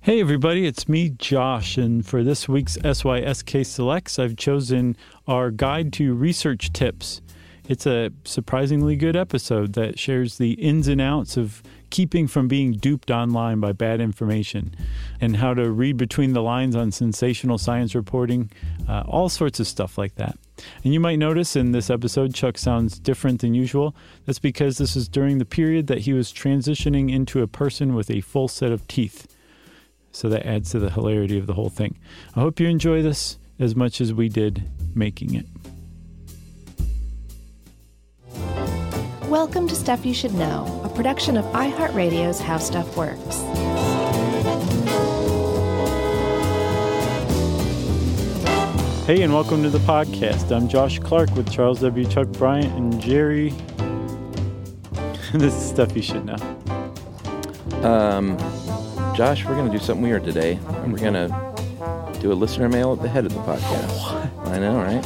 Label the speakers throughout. Speaker 1: Hey, everybody, it's me, Josh, and for this week's SYSK Selects, I've chosen our guide to research tips. It's a surprisingly good episode that shares the ins and outs of keeping from being duped online by bad information and how to read between the lines on sensational science reporting, uh, all sorts of stuff like that. And you might notice in this episode, Chuck sounds different than usual. That's because this is during the period that he was transitioning into a person with a full set of teeth. So that adds to the hilarity of the whole thing. I hope you enjoy this as much as we did making it.
Speaker 2: Welcome to Stuff You Should Know, a production of iHeartRadio's How Stuff Works.
Speaker 1: Hey, and welcome to the podcast. I'm Josh Clark with Charles W. Chuck Bryant and Jerry. this is stuff you should know.
Speaker 3: Um, Josh, we're going to do something weird today. We're going to do a listener mail at the head of the podcast. I know, right?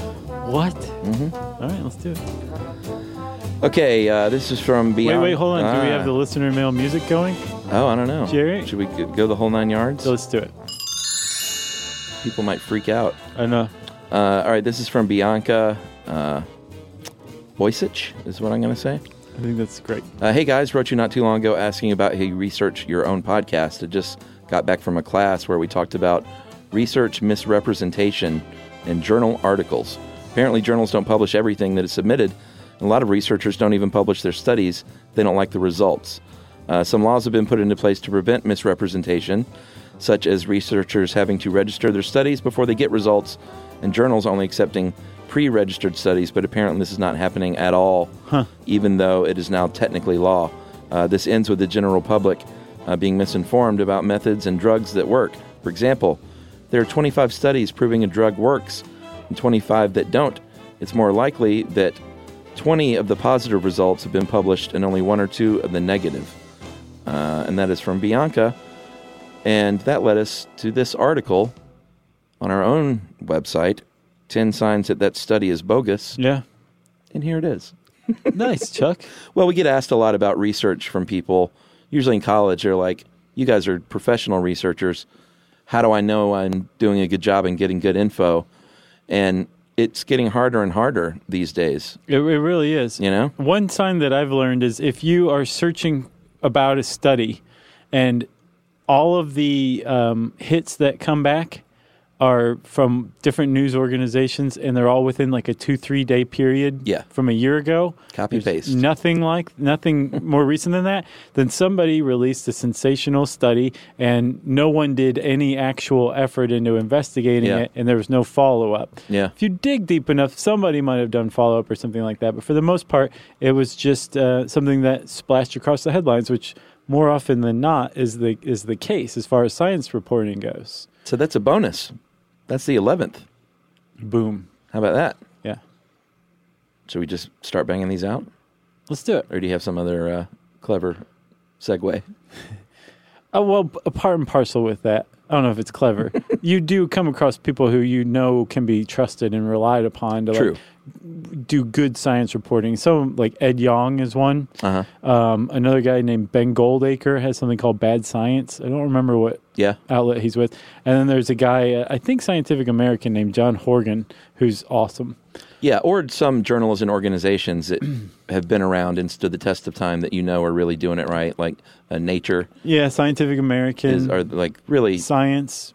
Speaker 1: What? Mm-hmm. right, let's do it.
Speaker 3: Okay, uh, this is from
Speaker 1: Wait,
Speaker 3: Beyond.
Speaker 1: wait, hold on. Do we
Speaker 3: Ah.
Speaker 1: have the listener mail music going?
Speaker 3: Oh, I don't know.
Speaker 1: Jerry?
Speaker 3: Should we g- go the whole nine yards?
Speaker 1: So let's do it.
Speaker 3: People might freak out.
Speaker 1: I know.
Speaker 3: Uh, all right, this is from Bianca uh, Boysich, is what I'm going to say.
Speaker 1: I think that's great.
Speaker 3: Uh, hey guys, wrote you not too long ago asking about how you research your own podcast. I just got back from a class where we talked about research misrepresentation and journal articles. Apparently, journals don't publish everything that is submitted, and a lot of researchers don't even publish their studies. They don't like the results. Uh, some laws have been put into place to prevent misrepresentation, such as researchers having to register their studies before they get results, and journals only accepting pre registered studies, but apparently this is not happening at all, even though it is now technically law. Uh, this ends with the general public uh, being misinformed about methods and drugs that work. For example, there are 25 studies proving a drug works and 25 that don't. It's more likely that 20 of the positive results have been published and only one or two of the negative. Uh, and that is from Bianca. And that led us to this article on our own website 10 signs that that study is bogus.
Speaker 1: Yeah.
Speaker 3: And here it is.
Speaker 1: Nice, Chuck.
Speaker 3: Well, we get asked a lot about research from people. Usually in college, they're like, you guys are professional researchers. How do I know I'm doing a good job and getting good info? And it's getting harder and harder these days.
Speaker 1: It, it really is.
Speaker 3: You know?
Speaker 1: One sign that I've learned is if you are searching about a study and all of the um, hits that come back are from different news organizations and they're all within like a two, three day period
Speaker 3: Yeah.
Speaker 1: from a year ago.
Speaker 3: Copy
Speaker 1: There's
Speaker 3: paste.
Speaker 1: Nothing like, nothing more recent than that. Then somebody released a sensational study and no one did any actual effort into investigating
Speaker 3: Yeah.
Speaker 1: it and there was no follow up.
Speaker 3: Yeah.
Speaker 1: If you dig deep enough, somebody might have done follow up or something like that. But for the most part, it was just uh, something that splashed across the headlines, which more often than not is the is the case as far as science reporting goes.
Speaker 3: So that's a bonus. That's the 11th.
Speaker 1: Boom.
Speaker 3: How about that?
Speaker 1: Yeah.
Speaker 3: Should we just start banging these out?
Speaker 1: Let's do it.
Speaker 3: Or do you have some other uh, clever segue?
Speaker 1: Oh, well, p- part and parcel with that. I don't know if it's clever. you do come across people who you know can be trusted and relied upon to
Speaker 3: True.
Speaker 1: like, do good science reporting. So, like Ed Yong is one.
Speaker 3: Uh huh.
Speaker 1: Um, another guy named Ben Goldacre has something called Bad Science. I don't remember what
Speaker 3: Yeah.
Speaker 1: outlet he's with. And then there's a guy, uh, I think Scientific American, named John Horgan, who's awesome.
Speaker 3: Yeah. Or some journals and organizations that have been around and stood the test of time that you know are really doing it right, like uh, Nature
Speaker 1: Yeah, Scientific American,
Speaker 3: is, are like really.
Speaker 1: Science.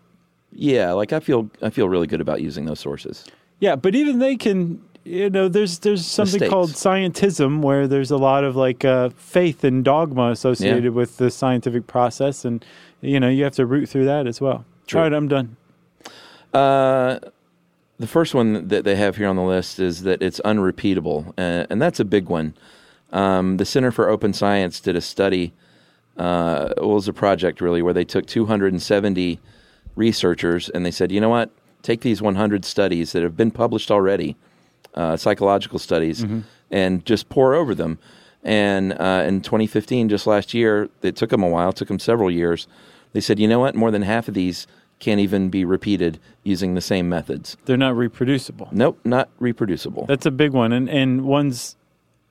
Speaker 3: Yeah. Like I feel I feel really good about using those sources.
Speaker 1: Yeah, but even they can, you know, there's there's something
Speaker 3: Mistakes.
Speaker 1: called scientism where there's a lot of like uh, faith and dogma associated
Speaker 3: Yeah.
Speaker 1: with the scientific process, and you know you have to root through that as well.
Speaker 3: True.
Speaker 1: All right, I'm done.
Speaker 3: Uh, the first one that they have here on the list is that it's unrepeatable, uh, and that's a big one. Um, the Center for Open Science did a study, uh, it was a project really, where they took 270 researchers and they said, you know what, take these 100 studies that have been published already, uh, psychological studies, and just pour over them. And uh, in 2015, just last year, it took them a while, it took them several years. They said, you know what, more than half of these can't even be repeated using the same methods.
Speaker 1: They're not reproducible.
Speaker 3: Nope, not reproducible.
Speaker 1: That's a big one, and and ones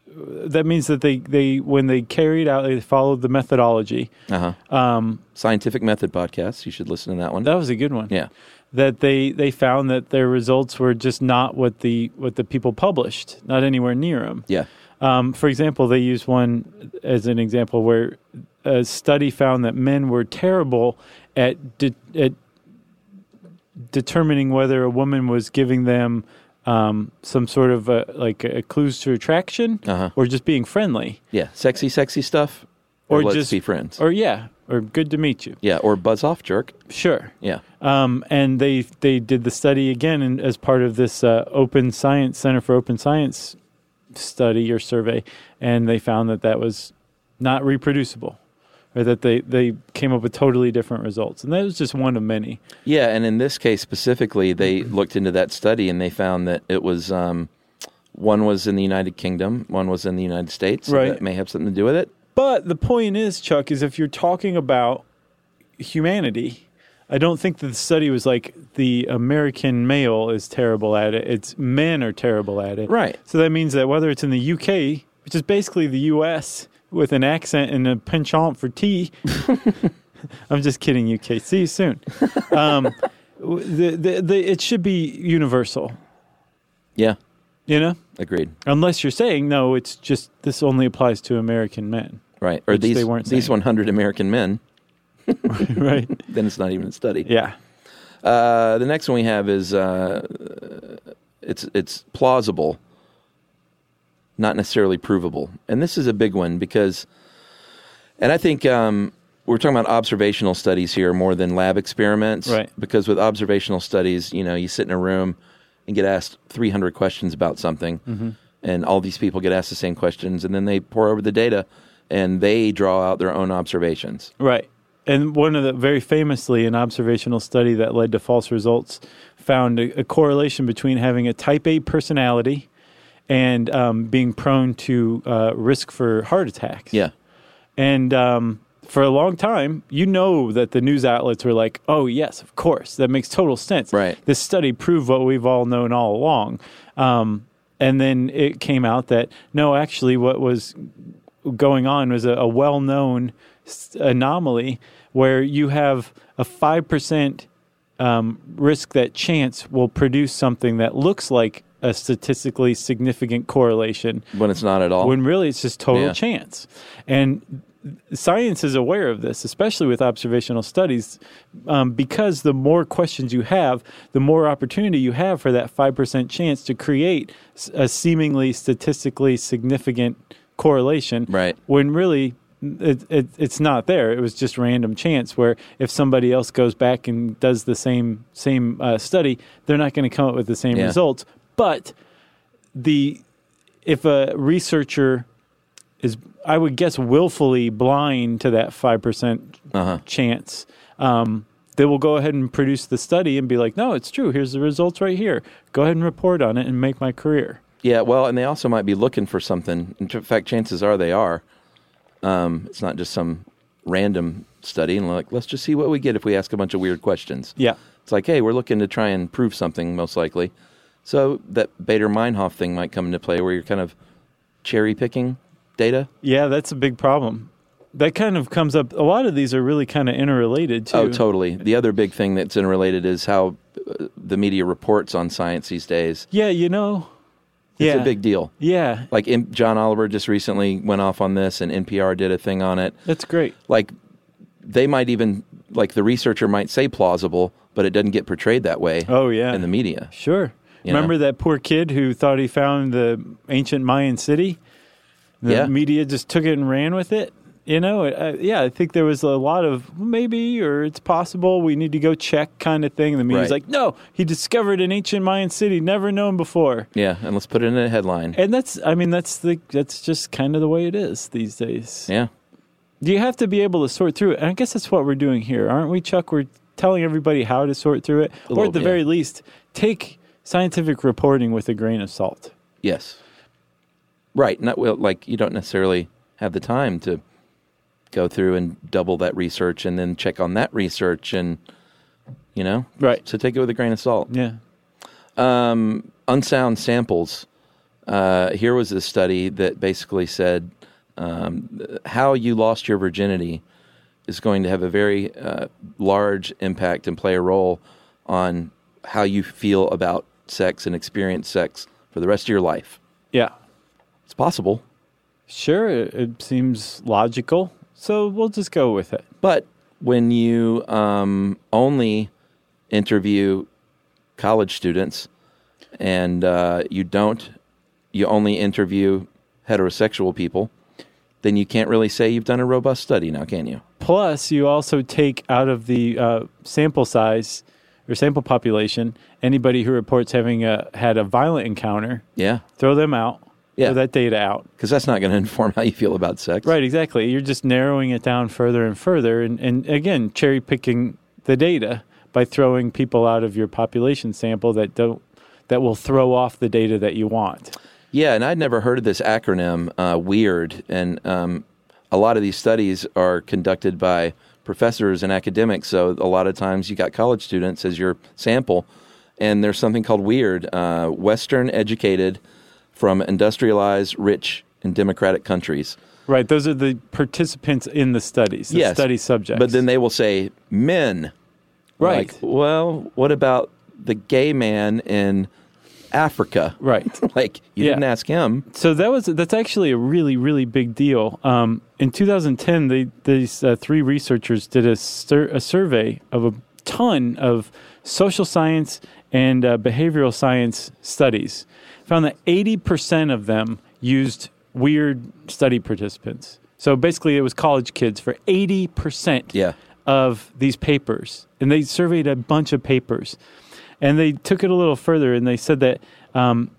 Speaker 1: that means that they, they when they carried out, they followed the methodology.
Speaker 3: Uh huh.
Speaker 1: Um,
Speaker 3: Scientific Method podcast. You should listen to that one.
Speaker 1: that was a good one.
Speaker 3: yeah.
Speaker 1: That they, they found that their results were just not what the what the people published, not anywhere near them.
Speaker 3: Yeah.
Speaker 1: Um, for example, they used one as an example where a study found that men were terrible at de- at determining whether a woman was giving them um, some sort of uh like a clues to attraction
Speaker 3: Uh-huh.
Speaker 1: or just being friendly
Speaker 3: Yeah. Sexy, sexy stuff. Or,
Speaker 1: Or
Speaker 3: let's
Speaker 1: just-
Speaker 3: be friends.
Speaker 1: or yeah or good to meet you
Speaker 3: yeah. Or buzz off, jerk.
Speaker 1: sure
Speaker 3: Yeah.
Speaker 1: um, and they they did the study again and as part of this uh, open science center for open science study or survey and they found that that was not reproducible or that they, they came up with totally different results and that was just one of many
Speaker 3: Yeah, and in this case specifically, they looked into that study and they found that it was um, one was in the United Kingdom, one was in the United States. so
Speaker 1: Right.
Speaker 3: that may have something to do with it.
Speaker 1: but the point is chuck is if you're talking about humanity i don't think that the study was like the american male is terrible at it it's men are terrible at it
Speaker 3: Right.
Speaker 1: So that means that whether it's in the UK, which is basically the US with an accent and a penchant for tea, I'm just kidding, UK. See you soon. Um, w- the, the, the, it should be universal,
Speaker 3: Yeah,
Speaker 1: you know?
Speaker 3: agreed.
Speaker 1: Unless you're saying, no, it's just this only applies to American men,
Speaker 3: Right, or
Speaker 1: Which they
Speaker 3: these
Speaker 1: weren't
Speaker 3: these
Speaker 1: saying.
Speaker 3: 100 American men.
Speaker 1: right?
Speaker 3: Then it's not even a study.
Speaker 1: yeah.
Speaker 3: Uh, the next one we have is uh, it's it's plausible, not necessarily provable, and this is a big one because, and I think um, we're talking about observational studies here more than lab experiments,
Speaker 1: Right.
Speaker 3: Because with observational studies, you know, you sit in a room and get asked 300 questions about something,
Speaker 1: Mm-hmm.
Speaker 3: and all these people get asked the same questions, and then they pour over the data and they draw out their own observations.
Speaker 1: Right. And one of the very famously, an observational study that led to false results found a, a correlation between having a type A personality and um, being prone to uh, risk for heart attacks.
Speaker 3: Yeah,
Speaker 1: And um, for a long time, you know that the news outlets were like, oh, yes, of course. That makes total sense.
Speaker 3: Right.
Speaker 1: This study proved what we've all known all along. Um, and then it came out that, no, actually, what was going on was a, a well known anomaly where you have a 5% um, risk that chance will produce something that looks like a statistically significant correlation
Speaker 3: when it's not at all.
Speaker 1: when really it's just total
Speaker 3: Yeah.
Speaker 1: chance. And science is aware of this, especially with observational studies, um, because the more questions you have, the more opportunity you have for that 5% chance to create s- a seemingly statistically significant correlation.
Speaker 3: Right.
Speaker 1: When really, it, it, it's not there. It was just random chance. Where if somebody else goes back and does the same same uh, study, they're not going to come up with the same
Speaker 3: Yeah.
Speaker 1: results. But the if a researcher is, I would guess, willfully blind to that 5%
Speaker 3: Uh-huh.
Speaker 1: chance, um, they will go ahead and produce the study and be like, no, it's true. Here's the results right here. Go ahead and report on it and make my career.
Speaker 3: Yeah, well, and they also might be looking for something. In tr- fact, chances are they are. Um, it's not just some random study, and like, let's just see what we get if we ask a bunch of weird questions.
Speaker 1: Yeah.
Speaker 3: It's like, hey, we're looking to try and prove something, most likely. So that Bader Meinhof thing might come into play, where you're kind of cherry picking data.
Speaker 1: Yeah, that's a big problem. That kind of comes up. A lot of these are really kind of interrelated, too.
Speaker 3: Oh, totally. The other big thing that's interrelated is how uh, the media reports on science these days.
Speaker 1: Yeah, you know.
Speaker 3: It's
Speaker 1: yeah.
Speaker 3: a big deal.
Speaker 1: Yeah,
Speaker 3: Like in, John Oliver just recently went off on this, and NPR did a thing on it.
Speaker 1: that's great.
Speaker 3: like they might even like the researcher might say plausible, but it doesn't get portrayed that way
Speaker 1: Oh, yeah.
Speaker 3: in the media.
Speaker 1: Sure.
Speaker 3: You
Speaker 1: Remember that poor kid who thought he found the ancient Mayan city? The
Speaker 3: Yeah.
Speaker 1: media just took it and ran with it. You know, I, yeah, I think there was a lot of maybe or it's possible we need to go check kind of thing. The media's
Speaker 3: Right.
Speaker 1: like, no, he discovered an ancient Mayan city never known before.
Speaker 3: Yeah, and let's put it in a headline.
Speaker 1: And that's, I mean, that's the that's just kind of the way it is these days.
Speaker 3: Yeah,
Speaker 1: Do you have to be able to sort through it? And I guess that's what we're doing here, aren't we, Chuck? We're telling everybody how to sort through it, or
Speaker 3: little
Speaker 1: at the
Speaker 3: bit,
Speaker 1: very
Speaker 3: yeah.
Speaker 1: least, take scientific reporting with a grain of salt.
Speaker 3: yes, right. Not well, like you don't necessarily have the time to go through and double that research and then check on that research and you know
Speaker 1: Right.
Speaker 3: So take it with a grain of salt.
Speaker 1: Yeah.
Speaker 3: Um, unsound samples. uh, here was this study that basically said um, how you lost your virginity is going to have a very uh, large impact and play a role on how you feel about sex and experience sex for the rest of your life.
Speaker 1: Yeah.
Speaker 3: It's possible,
Speaker 1: Sure, it, it seems logical. So we'll just go with it.
Speaker 3: but when you um, only interview college students and uh, you don't, you only interview heterosexual people, then you can't really say you've done a robust study now, can you?
Speaker 1: Plus, you also take out of the uh, sample size or sample population anybody who reports having a, had a violent encounter.
Speaker 3: Yeah.
Speaker 1: Throw them out.
Speaker 3: Yeah.
Speaker 1: Throw that data out.
Speaker 3: because that's not going to inform how you feel about sex.
Speaker 1: Right, exactly. You're just narrowing it down further and further, and, and again, cherry picking the data by throwing people out of your population sample that don't that will throw off the data that you want.
Speaker 3: Yeah, and I'd never heard of this acronym, uh, WEIRD. And um, a lot of these studies are conducted by professors and academics. So a lot of times you got college students as your sample, and there's something called WEIRD, uh, Western educated from industrialized, rich, and democratic countries.
Speaker 1: Right, those are the participants in the studies, the study subjects.
Speaker 3: But then they will say men.
Speaker 1: right,
Speaker 3: Like, well, what about the gay man in Africa?
Speaker 1: right.
Speaker 3: Like you
Speaker 1: Yeah.
Speaker 3: didn't ask him.
Speaker 1: So that was that's actually a really really big deal. Um, in 2010, they, these uh, three researchers did a, sur- a survey of a ton of social science and uh, behavioral science studies. Found that 80 percent of them used weird study participants. So basically, it was college kids for 80 percent
Speaker 3: Yeah.
Speaker 1: of these papers, and they surveyed a bunch of papers, and they took it a little further, and they said that um,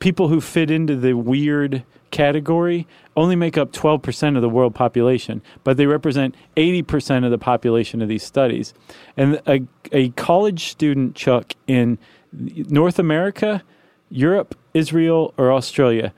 Speaker 1: people who fit into the weird category only make up 12% of the world population, but they represent 80% of the population of these studies. And a, a college student, Chuck, in North America, Europe, Israel, or Australia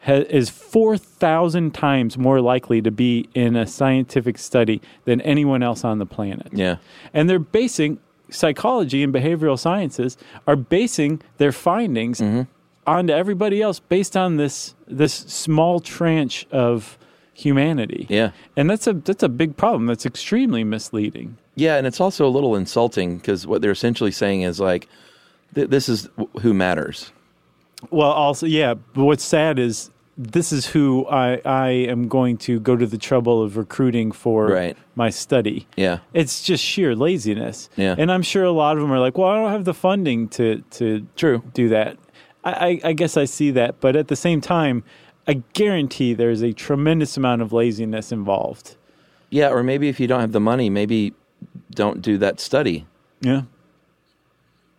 Speaker 1: ha- is 4,000 times more likely to be in a scientific study than anyone else on the planet.
Speaker 3: Yeah.
Speaker 1: And they're basing psychology and behavioral sciences are basing their findings
Speaker 3: Mm-hmm.
Speaker 1: onto everybody else based on this this small tranche of humanity.
Speaker 3: Yeah.
Speaker 1: And that's a that's a big problem. That's extremely misleading.
Speaker 3: Yeah, and it's also a little insulting because what they're essentially saying is like, th- this is wh- who matters.
Speaker 1: Well, also yeah, but what's sad is this is who I, I am going to go to the trouble of recruiting for
Speaker 3: Right.
Speaker 1: my study.
Speaker 3: Yeah,
Speaker 1: It's just sheer laziness.
Speaker 3: Yeah.
Speaker 1: And I'm sure a lot of them are like, well, I don't have the funding to, to
Speaker 3: true.
Speaker 1: do that. I, I, I guess I see that, but at the same time, I guarantee there's a tremendous amount of laziness involved.
Speaker 3: Yeah, or maybe if you don't have the money, maybe don't do that study.
Speaker 1: Yeah.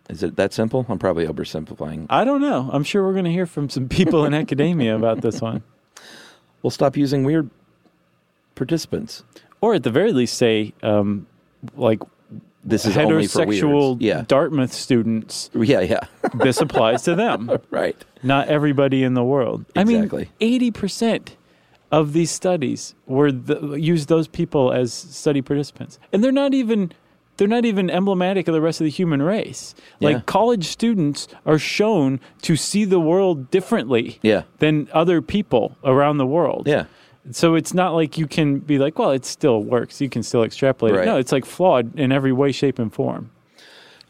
Speaker 3: Is it that simple? I'm probably oversimplifying.
Speaker 1: I don't know. I'm sure we're going to hear from some people in academia about this one.
Speaker 3: We'll stop using weird participants.
Speaker 1: Or at the very least, say, um, like,
Speaker 3: This is only for
Speaker 1: heterosexual
Speaker 3: weirds. Yeah,
Speaker 1: Dartmouth students,
Speaker 3: yeah, yeah.
Speaker 1: this applies to them,
Speaker 3: right.
Speaker 1: not everybody in the world.
Speaker 3: Exactly.
Speaker 1: I mean, 80%. Of these studies, were the, use those people as study participants, and they're not even they're not even emblematic of the rest of the human race. Like
Speaker 3: Yeah.
Speaker 1: college students are shown to see the world differently
Speaker 3: Yeah.
Speaker 1: than other people around the world.
Speaker 3: Yeah,
Speaker 1: So it's not like you can be like, well, it still works. You can still extrapolate
Speaker 3: Right.
Speaker 1: it. No, it's like flawed in every way, shape, and form.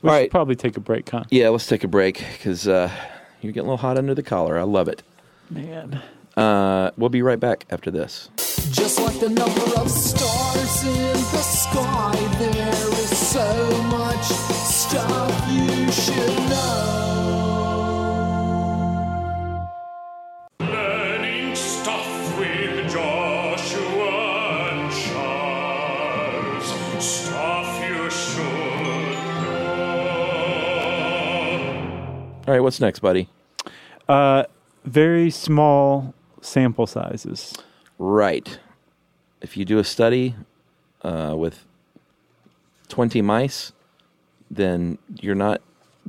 Speaker 1: We
Speaker 3: All
Speaker 1: should
Speaker 3: right.
Speaker 1: probably take a break, huh?
Speaker 3: yeah. Let's take a break because uh, you're getting a little hot under the collar. I love it.
Speaker 1: Man.
Speaker 3: Uh, we'll be right back after this.
Speaker 4: Just like the number of stars in the sky, there is so much stuff you should know.
Speaker 5: Learning stuff with Joshua and Charles. Stuff you should know.
Speaker 3: All right, what's next, buddy?
Speaker 1: Very small sample sizes.
Speaker 3: Right. If you do a study uh, with 20 mice, then you're not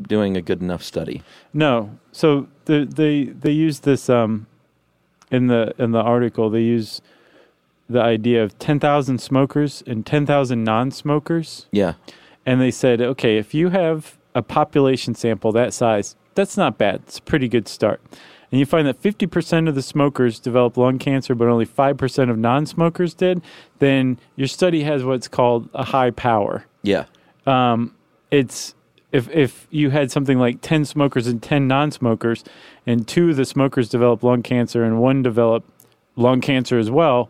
Speaker 3: doing a good enough study.
Speaker 1: No. So the, they they use this um, in the in the article. They use the idea of ten thousand smokers and ten thousand non-smokers.
Speaker 3: Yeah.
Speaker 1: and they said, okay, if you have a population sample that size, that's not bad. It's a pretty good start. And you find that 50% of the smokers develop lung cancer, but only 5% of non smokers did, then your study has what's called a high power.
Speaker 3: Yeah.
Speaker 1: It's if, if you had something like 10 smokers and 10 non smokers, and two of the smokers develop lung cancer and one developed lung cancer as well,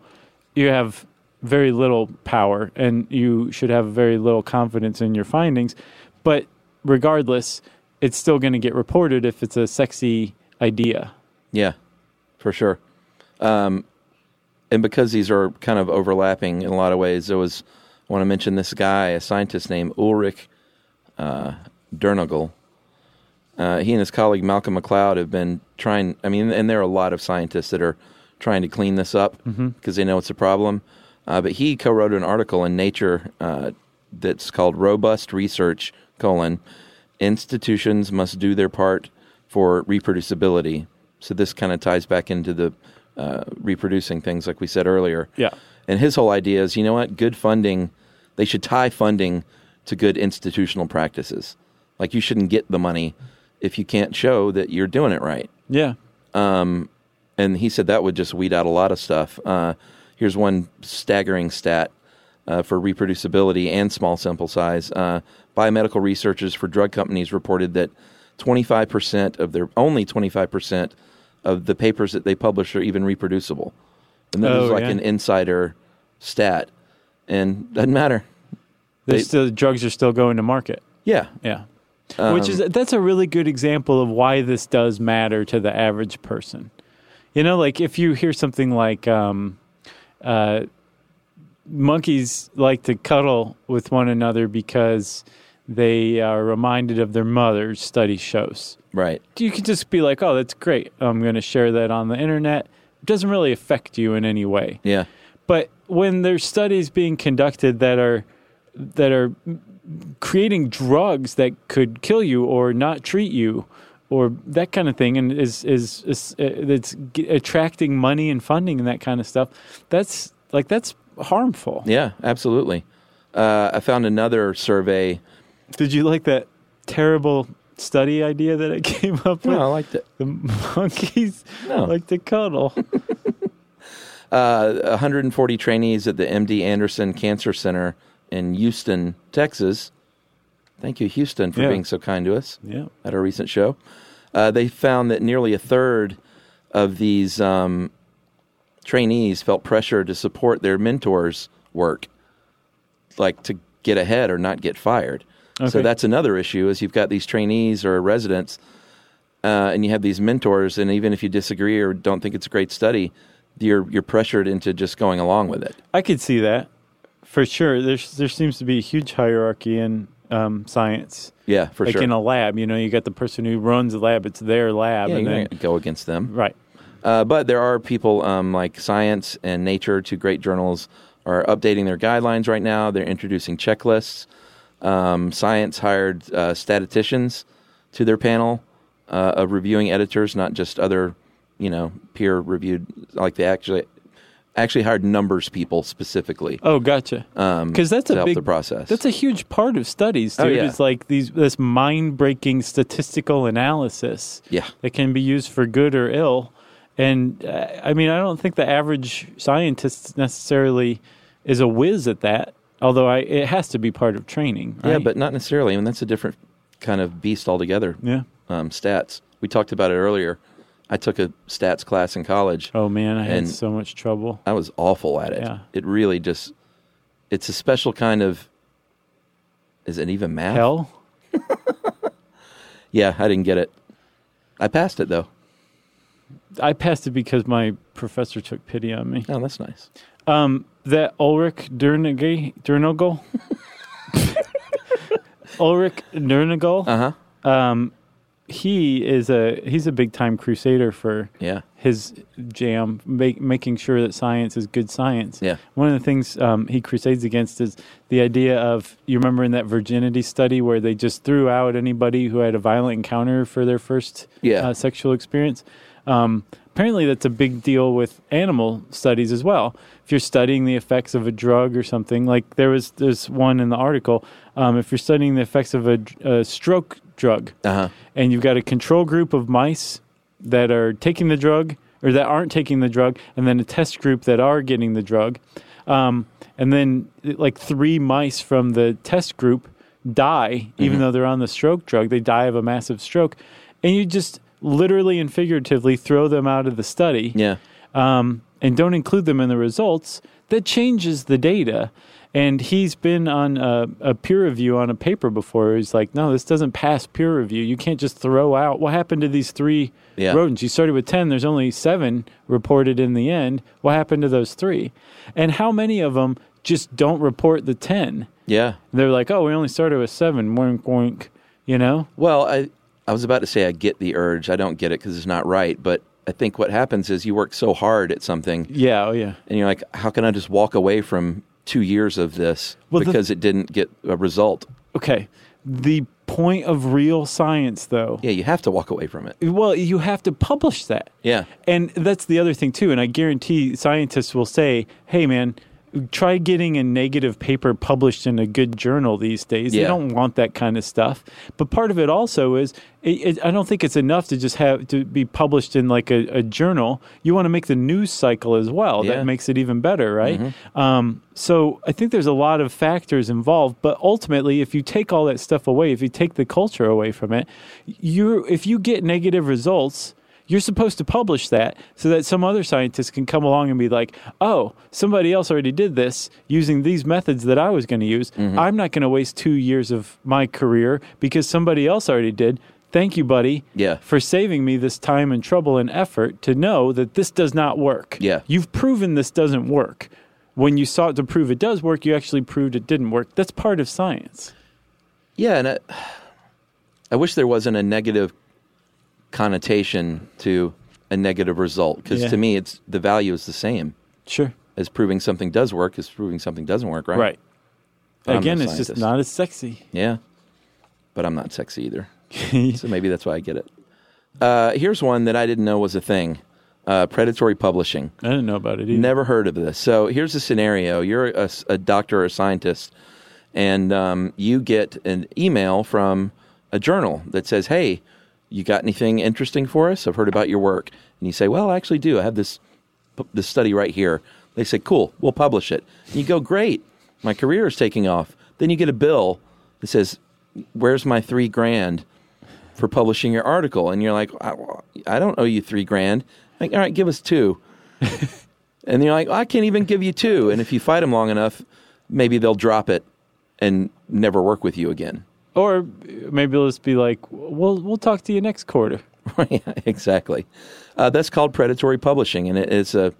Speaker 1: you have very little power and you should have very little confidence in your findings. But regardless, it's still going to get reported if it's a sexy idea.
Speaker 3: Yeah. For sure. Um, and because these are kind of overlapping in a lot of ways, there was, I want to mention this guy, a scientist named Ulrich uh, Dernagel. Uh, he and his colleague Malcolm McLeod have been trying. I mean, and there are a lot of scientists that are trying to clean this up because they know it's a problem. Uh, but he co-wrote an article in Nature uh, that's called "Robust Research: colon, Institutions Must Do Their Part for Reproducibility." So this kind of ties back into the uh, reproducing things, like we said earlier.
Speaker 1: Yeah.
Speaker 3: And his whole idea is, you know what? Good funding, they should tie funding to good institutional practices. Like you shouldn't get the money if you can't show that you're doing it right
Speaker 1: Yeah.
Speaker 3: and he said that would just weed out a lot of stuff. Uh, here's one staggering stat uh, for reproducibility and small sample size. Uh, biomedical researchers for drug companies reported that 25% of their only 25% of the papers that they publish are even reproducible, and that
Speaker 1: Oh,
Speaker 3: was like
Speaker 1: yeah.
Speaker 3: an insider stat. And doesn't matter.
Speaker 1: They,
Speaker 3: They-
Speaker 1: still drugs are still going to market.
Speaker 3: Yeah,
Speaker 1: Yeah. Which is that's a really good example of why this does matter to the average person. You know, like if you hear something like um, uh, monkeys like to cuddle with one another because they are reminded of their mothers, study shows.
Speaker 3: right.
Speaker 1: You can just be like, oh, that's great. I'm going to share that on the internet. It doesn't really affect you in any way
Speaker 3: Yeah,
Speaker 1: but when there's studies being conducted that are that are creating drugs that could kill you or not treat you or that kind of thing and is is, is uh, that's g- attracting money and funding and that kind of stuff that's like that's harmful
Speaker 3: yeah, absolutely. Uh, I found another survey.
Speaker 1: did you like that terrible study idea that i came up with
Speaker 3: No, I liked it.
Speaker 1: the monkeys
Speaker 3: No.
Speaker 1: like to cuddle
Speaker 3: Uh, 140 trainees at the MD Anderson Cancer Center in Houston, Texas. Thank you, Houston, for
Speaker 1: Yeah.
Speaker 3: being so kind to us
Speaker 1: yeah
Speaker 3: at our recent show. Uh, they found that nearly a third of these um, trainees felt pressure to support their mentors' work, like to get ahead or not get fired. So
Speaker 1: Okay.
Speaker 3: that's another issue: is you've got these trainees or residents, uh, and you have these mentors, and even if you disagree or don't think it's a great study, you're you're pressured into just going along with it.
Speaker 1: I could see that for sure. There's there seems to be a huge hierarchy in um, science,
Speaker 3: Yeah, for
Speaker 1: like
Speaker 3: sure.
Speaker 1: in a lab. You know, you got the person who runs the lab; it's their lab,
Speaker 3: yeah,
Speaker 1: and
Speaker 3: you
Speaker 1: then
Speaker 3: can't go against them.
Speaker 1: right.
Speaker 3: Uh, but there are people um, like Science and Nature, two great journals, are updating their guidelines right now. They're introducing checklists. Um, Science hired uh, statisticians to their panel uh, of reviewing editors, not just other, you know, peer reviewed. Like they actually actually hired numbers people specifically.
Speaker 1: Oh, gotcha.
Speaker 3: Um,
Speaker 1: Because that's
Speaker 3: to
Speaker 1: a
Speaker 3: help
Speaker 1: big
Speaker 3: the process.
Speaker 1: That's a huge part of studies,
Speaker 3: Oh,
Speaker 1: dude.
Speaker 3: yeah.
Speaker 1: It's like these this mind breaking statistical analysis.
Speaker 3: Yeah.
Speaker 1: that can be used for good or ill. And uh, I mean, I don't think the average scientist necessarily is a whiz at that. Although I, it has to be part of training.
Speaker 3: yeah,
Speaker 1: right?
Speaker 3: but not necessarily. I mean, that's a different kind of beast altogether.
Speaker 1: yeah.
Speaker 3: Um, stats. We talked about it earlier. I took a stats class in college.
Speaker 1: Oh man, I had
Speaker 3: And-
Speaker 1: so much trouble.
Speaker 3: I was awful at it.
Speaker 1: Yeah.
Speaker 3: It really just it's a special kind of is it even math?
Speaker 1: Hell?
Speaker 3: Yeah, I didn't get it. I passed it though.
Speaker 1: I passed it because my professor took pity on me.
Speaker 3: Oh, that's nice.
Speaker 1: That Ulrich Durnage, Durnagel? Ulrich Durnagel?
Speaker 3: Uh-huh.
Speaker 1: He is a he's a big time crusader for
Speaker 3: Yeah.
Speaker 1: his jam, make, making sure that science is good science.
Speaker 3: Yeah.
Speaker 1: One of the things um, he crusades against is the idea of you remember in that virginity study where they just threw out anybody who had a violent encounter for their first
Speaker 3: Yeah.
Speaker 1: uh, sexual experience. Um, apparently, that's a big deal with animal studies as well. If you're studying the effects of a drug or something, like there was there's one in the article, um, if you're studying the effects of a, dr- a stroke drug,
Speaker 3: Uh-huh.
Speaker 1: and you've got a control group of mice that are taking the drug or that aren't taking the drug, and then a test group that are getting the drug. Um, and then, like, three mice from the test group die, even though they're on the stroke drug. They die of a massive stroke. And you just literally and figuratively throw them out of the study
Speaker 3: Yeah.
Speaker 1: um, and don't include them in the results, that changes the data. And he's been on a, a peer review on a paper before. He's like, no, this doesn't pass peer review. You can't just throw out what happened to these three
Speaker 3: Yeah.
Speaker 1: rodents. You started with 10, there's only seven reported in the end. What happened to those three? And how many of them just don't report the 10?
Speaker 3: Yeah.
Speaker 1: They're like, oh, we only started with seven, wink, wink, you know?
Speaker 3: Well, I I was about to say I get the urge. I don't get it because it's not right. But I think what happens is you work so hard at something,
Speaker 1: Yeah, oh, yeah.
Speaker 3: and you're like, how can I just walk away from two years of this
Speaker 1: Well, the-
Speaker 3: because it didn't get a result?
Speaker 1: Okay. The point of real science, though,
Speaker 3: Yeah, you have to walk away from it.
Speaker 1: Well, you have to publish that.
Speaker 3: Yeah.
Speaker 1: And that's the other thing, too. And I guarantee scientists will say, hey, man, try getting a negative paper published in a good journal these days. They
Speaker 3: Yeah.
Speaker 1: don't want that kind of stuff. But part of it also is, it, it, I don't think it's enough to just have to be published in like a, a journal. You want to make the news cycle as well.
Speaker 3: Yeah.
Speaker 1: That makes it even better, right? Um, so I think there's a lot of factors involved. But ultimately, if you take all that stuff away, if you take the culture away from it, you if you get negative results, you're supposed to publish that so that some other scientist can come along and be like, oh, somebody else already did this using these methods that I was going to use. I'm not going to waste two years of my career because somebody else already did. Thank you, buddy,
Speaker 3: Yeah.
Speaker 1: for saving me this time and trouble and effort to know that this does not work.
Speaker 3: Yeah.
Speaker 1: You've proven this doesn't work. When you sought to prove it does work, you actually proved it didn't work. That's part of science.
Speaker 3: Yeah, and I, I wish there wasn't a negative connotation to a negative result because
Speaker 1: Yeah.
Speaker 3: to me, it's the value is the same
Speaker 1: Sure.
Speaker 3: as proving something does work as proving something doesn't work, right?
Speaker 1: Right.
Speaker 3: But I'm no
Speaker 1: Again, it's just
Speaker 3: scientist.
Speaker 1: not as sexy.
Speaker 3: Yeah, but I'm not sexy either, so maybe that's why I get it. Uh, here's one that I didn't know was a thing: uh, predatory publishing.
Speaker 1: I didn't know about it either.
Speaker 3: Never heard of this. So here's the scenario: you're a, s- a doctor or a scientist, and um, you get an email from a journal that says, "Hey, you got anything interesting for us? I've heard about your work." And you say, "Well, I actually do. I have this p- this study right here." They say, "Cool, we'll publish it." And you go, "Great, my career is taking off." Then you get a bill that says, "Where's my three grand?" for publishing your article. And you're like, I, I don't owe you three grand. Like, all right, give us two. and you're like, "Oh, I can't even give you two. And if you fight them long enough, maybe they'll drop it and never work with you again.
Speaker 1: Or maybe it'll just be like, we'll we'll talk to you next quarter.
Speaker 3: yeah, exactly. Uh, that's called predatory publishing. And it, it's a,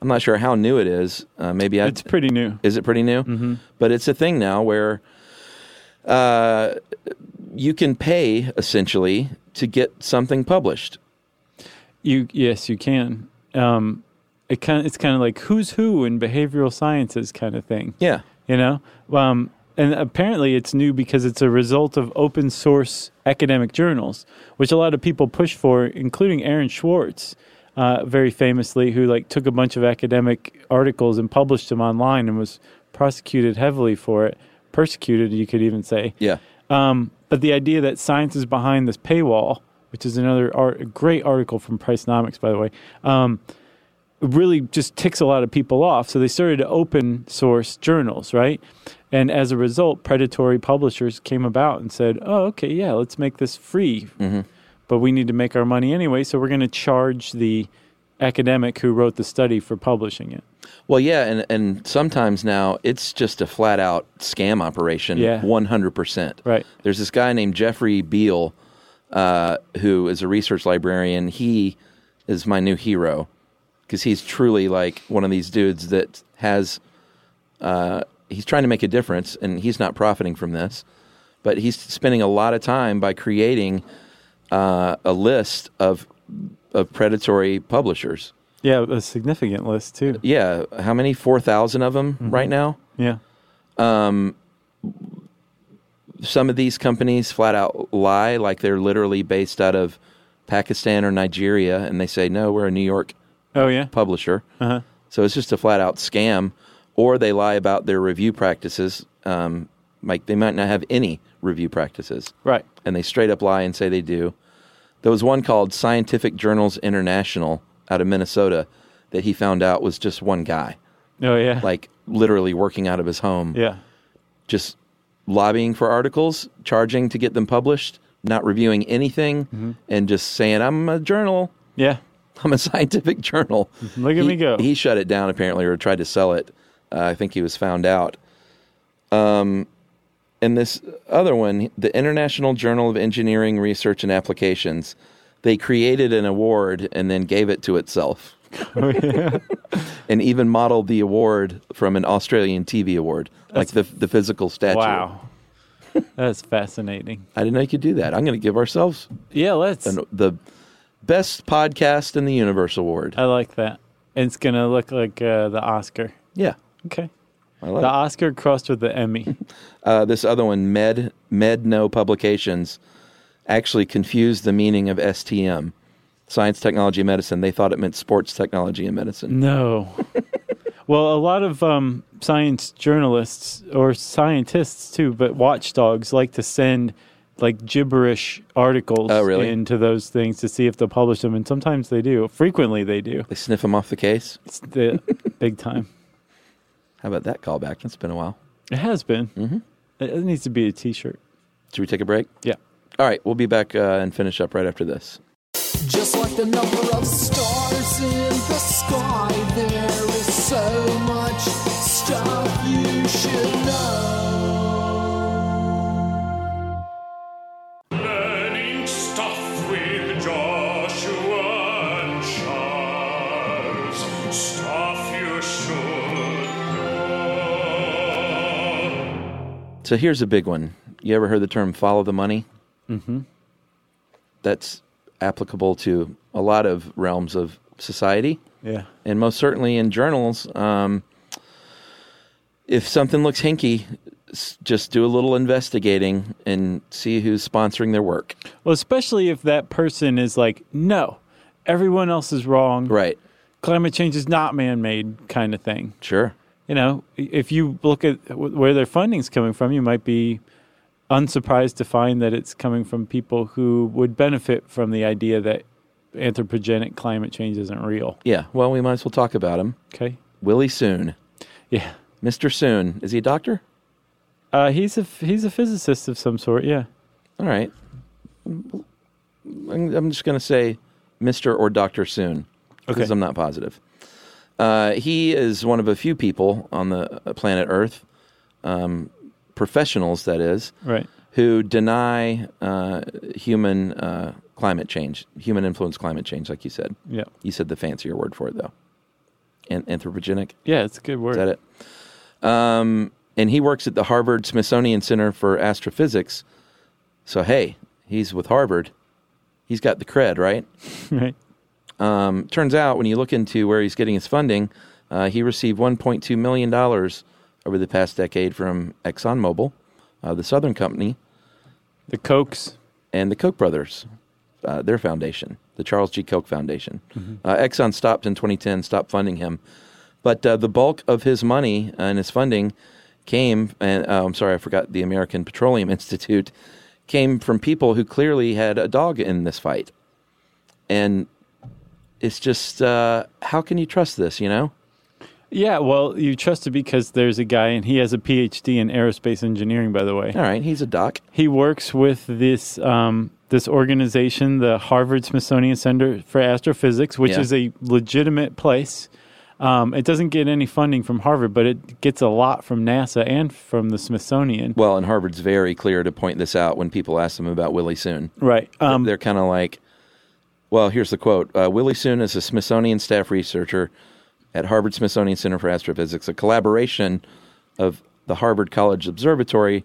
Speaker 3: I'm not sure how new it is. Uh, maybe I,
Speaker 1: It's pretty new.
Speaker 3: Is it pretty new? Mm-hmm. But it's a thing now where uh, you can pay essentially to get something published.
Speaker 1: You yes, you can. Um, it kind it's kind of like who's who in behavioral sciences kind of thing.
Speaker 3: Yeah.
Speaker 1: you know. Um, and apparently, it's new because it's a result of open source academic journals, which a lot of people push for, including Aaron Schwartz, uh, very famously, who like took a bunch of academic articles and published them online and was prosecuted heavily for it, persecuted, you could even say.
Speaker 3: Yeah.
Speaker 1: Um, but the idea that science is behind this paywall, which is another art, a great article from Pricenomics, by the way, um, really just ticks a lot of people off. So they started to open source journals, right? And as a result, predatory publishers came about and said, oh, okay, yeah, let's make this free. But we need to make our money anyway, so we're going to charge the academic who wrote the study for publishing it.
Speaker 3: Well, yeah, and and sometimes now it's just a flat out scam operation.
Speaker 1: Yeah.
Speaker 3: one hundred percent.
Speaker 1: Right.
Speaker 3: There's this guy named Jeffrey Beal, uh, who is a research librarian. He is my new hero because he's truly like one of these dudes that has. Uh, he's trying to make a difference, and he's not profiting from this, but he's spending a lot of time by creating uh, a list of of predatory publishers.
Speaker 1: Yeah, a significant list, too.
Speaker 3: Yeah, how many? Four thousand of them right now.
Speaker 1: Yeah.
Speaker 3: some of these companies flat out lie, like they're literally based out of Pakistan or Nigeria, and they say, no, we're a New York
Speaker 1: Oh, yeah.
Speaker 3: publisher. So it's just a flat out scam. Or they lie about their review practices. Um, like they might not have any review practices,
Speaker 1: Right.
Speaker 3: and they straight up lie and say they do. There was one called Scientific Journals International out of Minnesota that he found out was just one guy,
Speaker 1: Oh yeah.
Speaker 3: like literally working out of his home,
Speaker 1: yeah.
Speaker 3: just lobbying for articles, charging to get them published, not reviewing anything, and just saying, I'm a journal.
Speaker 1: Yeah.
Speaker 3: I'm a scientific journal.
Speaker 1: Look at
Speaker 3: he,
Speaker 1: me go.
Speaker 3: He shut it down apparently, or tried to sell it. Uh, I think he was found out. Um, and this other one, the International Journal of Engineering Research and Applications, they created an award and then gave it to itself,
Speaker 1: Oh,
Speaker 3: and even modeled the award from an Australian TV award, like the the physical statue.
Speaker 1: Wow. That's fascinating.
Speaker 3: I didn't know you could do that. I'm going to give ourselves
Speaker 1: Yeah, let's.
Speaker 3: an, the best podcast in the universe award.
Speaker 1: I like that. It's gonna look like uh, the Oscar.
Speaker 3: yeah,
Speaker 1: Okay.
Speaker 3: I love
Speaker 1: The
Speaker 3: it.
Speaker 1: Oscar crossed with the Emmy.
Speaker 3: uh, this other one, Med MedNo Publications, actually confused the meaning of STM, Science, Technology, Medicine. They thought it meant Sports, Technology, and Medicine.
Speaker 1: No. well, a lot of um, science journalists or scientists too, but watchdogs like to send like gibberish articles
Speaker 3: Oh, really?
Speaker 1: into those things to see if they'll publish them, and sometimes they do. Frequently, they do.
Speaker 3: They sniff them off the case.
Speaker 1: It's the big time.
Speaker 3: How about that callback? It's been a while.
Speaker 1: It has been. Mm-hmm. It it needs to be a T-shirt.
Speaker 3: Should we take a break?
Speaker 1: Yeah.
Speaker 3: All right, we'll be back uh, and finish up right after this.
Speaker 4: Just like the number of stars in the sky, there is so much stuff you should know.
Speaker 5: Learning stuff with Joshua and Charles. Stuff you should know.
Speaker 3: So here's a big one. You ever heard the term follow the money? Mm-hmm. That's applicable to a lot of realms of society.
Speaker 1: Yeah.
Speaker 3: and most certainly in journals. Um, if something looks hinky, s- just do a little investigating and see who's sponsoring their work.
Speaker 1: Well, especially if that person is like, no, everyone else is wrong.
Speaker 3: Right.
Speaker 1: Climate change is not man-made, kind of thing.
Speaker 3: Sure.
Speaker 1: you know, if you look at wh- where their funding's coming from, you might be unsurprised to find that it's coming from people who would benefit from the idea that anthropogenic climate change isn't real.
Speaker 3: Yeah. Well, we might as well talk about him.
Speaker 1: Okay.
Speaker 3: Willie Soon.
Speaker 1: Yeah.
Speaker 3: Mr. Soon. Is he a doctor?
Speaker 1: Uh, he's a f- he's a physicist of some sort. Yeah.
Speaker 3: All right. I'm I'm just going to say Mr. or Dr. Soon because
Speaker 1: Okay.
Speaker 3: I'm not positive. Uh, he is one of a few people on the uh, planet Earth, um, professionals, that is,
Speaker 1: Right.
Speaker 3: who deny uh, human uh, climate change, human influence climate change, like you said.
Speaker 1: Yeah.
Speaker 3: You said the fancier word for it, though. An- anthropogenic,
Speaker 1: Yeah. It's a good word.
Speaker 3: is that it? Um, and he works at the Harvard Smithsonian Center for Astrophysics. So, hey, he's with Harvard. He's got the cred, right?
Speaker 1: Right.
Speaker 3: Um, turns out, when you look into where he's getting his funding, uh, he received $1.2 million over the past decade from ExxonMobil, uh, the Southern Company,
Speaker 1: The Cokes.
Speaker 3: and the Koch brothers, uh, their foundation, the Charles G. Koch Foundation. Uh, Exxon stopped in 2010, stopped funding him. But uh, the bulk of his money and his funding came, and oh, I'm sorry, I forgot the American Petroleum Institute, came from people who clearly had a dog in this fight. And it's just, uh, how can you trust this, you know?
Speaker 1: Yeah. Well, you trust it because there's a guy and he has a PhD in aerospace engineering, by the way.
Speaker 3: All right, he's a doc.
Speaker 1: He works with this um, this organization, the Harvard Smithsonian Center for Astrophysics, which
Speaker 3: Yeah.
Speaker 1: is a legitimate place. Um, it doesn't get any funding from Harvard, but it gets a lot from NASA and from the Smithsonian.
Speaker 3: Well, and Harvard's very clear to point this out when people ask them about Willie Soon.
Speaker 1: Right. Um,
Speaker 3: they're kind of like, well, here's the quote uh, Willie Soon is a Smithsonian staff researcher at Harvard Smithsonian Center for Astrophysics, a collaboration of the Harvard College Observatory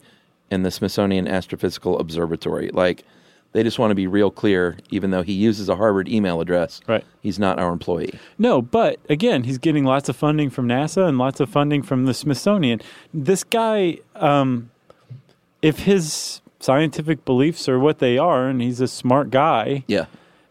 Speaker 3: and the Smithsonian Astrophysical Observatory. Like, they just want to be real clear, even though he uses a Harvard email address.
Speaker 1: Right.
Speaker 3: He's not our employee.
Speaker 1: No, but again, he's getting lots of funding from NASA and lots of funding from the Smithsonian. This guy, um, if his scientific beliefs are what they are, and he's a smart guy,
Speaker 3: Yeah.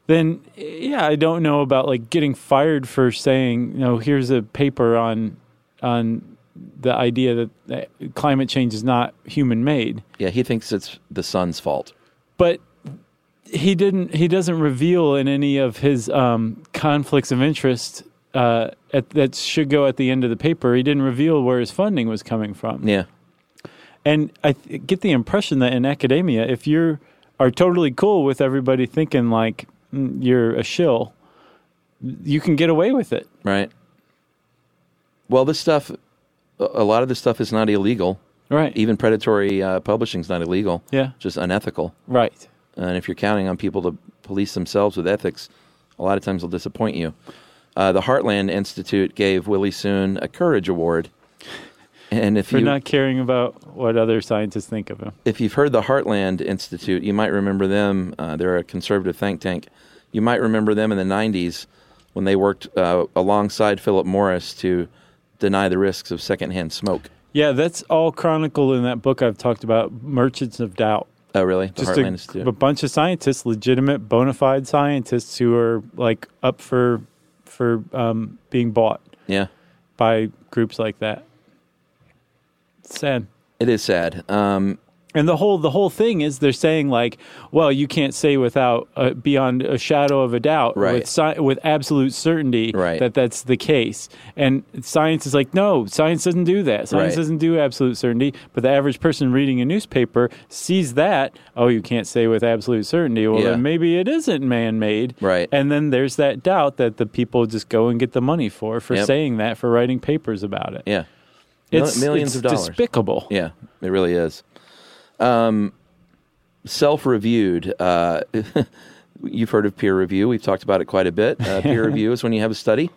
Speaker 1: then yeah, I don't know about like getting fired for saying, you know, here's a paper on on the idea that, that climate change is not human made.
Speaker 3: Yeah. He thinks it's the sun's fault.
Speaker 1: But he didn't he doesn't reveal in any of his um, conflicts of interest uh, at, that should go at the end of the paper. He didn't reveal where his funding was coming from.
Speaker 3: Yeah.
Speaker 1: And I th- get the impression that in academia, if you are totally cool with everybody thinking like mm, you're a shill, you can get away with it.
Speaker 3: Right. Well, this stuff, a a lot of this stuff is not illegal.
Speaker 1: Right.
Speaker 3: Even predatory uh, publishing is not illegal.
Speaker 1: Yeah.
Speaker 3: Just unethical.
Speaker 1: Right.
Speaker 3: And if you're counting on people to police themselves with ethics, a lot of times they'll disappoint you. Uh, the Heartland Institute gave Willie Soon a Courage Award. And if
Speaker 1: For
Speaker 3: you
Speaker 1: not caring about what other scientists think of him.
Speaker 3: if you've heard the Heartland Institute, you might remember them. Uh, they're a conservative think tank. You might remember them in the 90s when they worked uh, alongside Philip Morris to deny the risks of secondhand smoke.
Speaker 1: Yeah, that's all chronicled in that book I've talked about, Merchants of Doubt.
Speaker 3: Oh, really? The
Speaker 1: Just
Speaker 3: Heartland
Speaker 1: a,
Speaker 3: Institute.
Speaker 1: a bunch of scientists, legitimate, bona fide scientists who are like up for for um, being bought
Speaker 3: yeah,
Speaker 1: by groups like that. Sad.
Speaker 3: it is sad. Um,
Speaker 1: And the whole the whole thing is they're saying like, well, you can't say without uh, beyond a shadow of a doubt
Speaker 3: Right.
Speaker 1: with sci- with absolute certainty
Speaker 3: Right.
Speaker 1: that that's the case. And science is like, no, science doesn't do that. Science
Speaker 3: Right.
Speaker 1: doesn't do absolute certainty. But the average person reading a newspaper sees that, oh, you can't say with absolute certainty. Well,
Speaker 3: Yeah.
Speaker 1: then maybe it isn't man made.
Speaker 3: Right.
Speaker 1: And then there's that doubt that the people just go and get the money for for
Speaker 3: Yep.
Speaker 1: saying that for writing papers about it.
Speaker 3: yeah. Mil-
Speaker 1: It's it's
Speaker 3: millions of dollars.
Speaker 1: Despicable.
Speaker 3: Yeah, it really is. Um, self-reviewed. Uh, you've heard of peer review. We've talked about it quite a bit. Uh, peer review is when you have a study,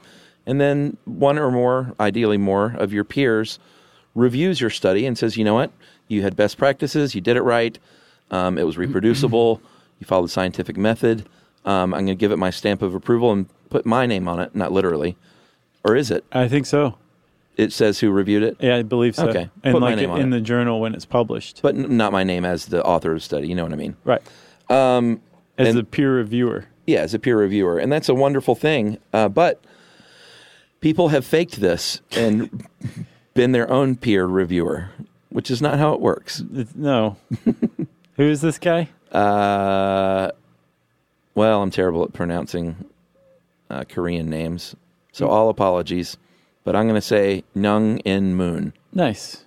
Speaker 3: and then one or more, ideally more, of your peers reviews your study and says, you know what, you had best practices, you did it right, um, it was reproducible, you followed the scientific method. Um, I'm going to give it my stamp of approval and put my name on it, not literally, or is it?
Speaker 1: I think so.
Speaker 3: It says who reviewed it.
Speaker 1: Yeah, I believe so.
Speaker 3: Okay.
Speaker 1: And
Speaker 3: Put my
Speaker 1: like
Speaker 3: name on
Speaker 1: in
Speaker 3: it.
Speaker 1: the journal when it's published.
Speaker 3: But n- not my name as the author of the study. You know what I mean?
Speaker 1: right. As
Speaker 3: um, and-
Speaker 1: a peer reviewer.
Speaker 3: yeah, as a peer reviewer, and that's a wonderful thing. Uh, but people have faked this and been their own peer reviewer, which is not how it works.
Speaker 1: It's- no. Who is this guy?
Speaker 3: Uh, well, I'm terrible at pronouncing uh, Korean names, so all apologies. But I'm going to say Nung In Moon.
Speaker 1: Nice.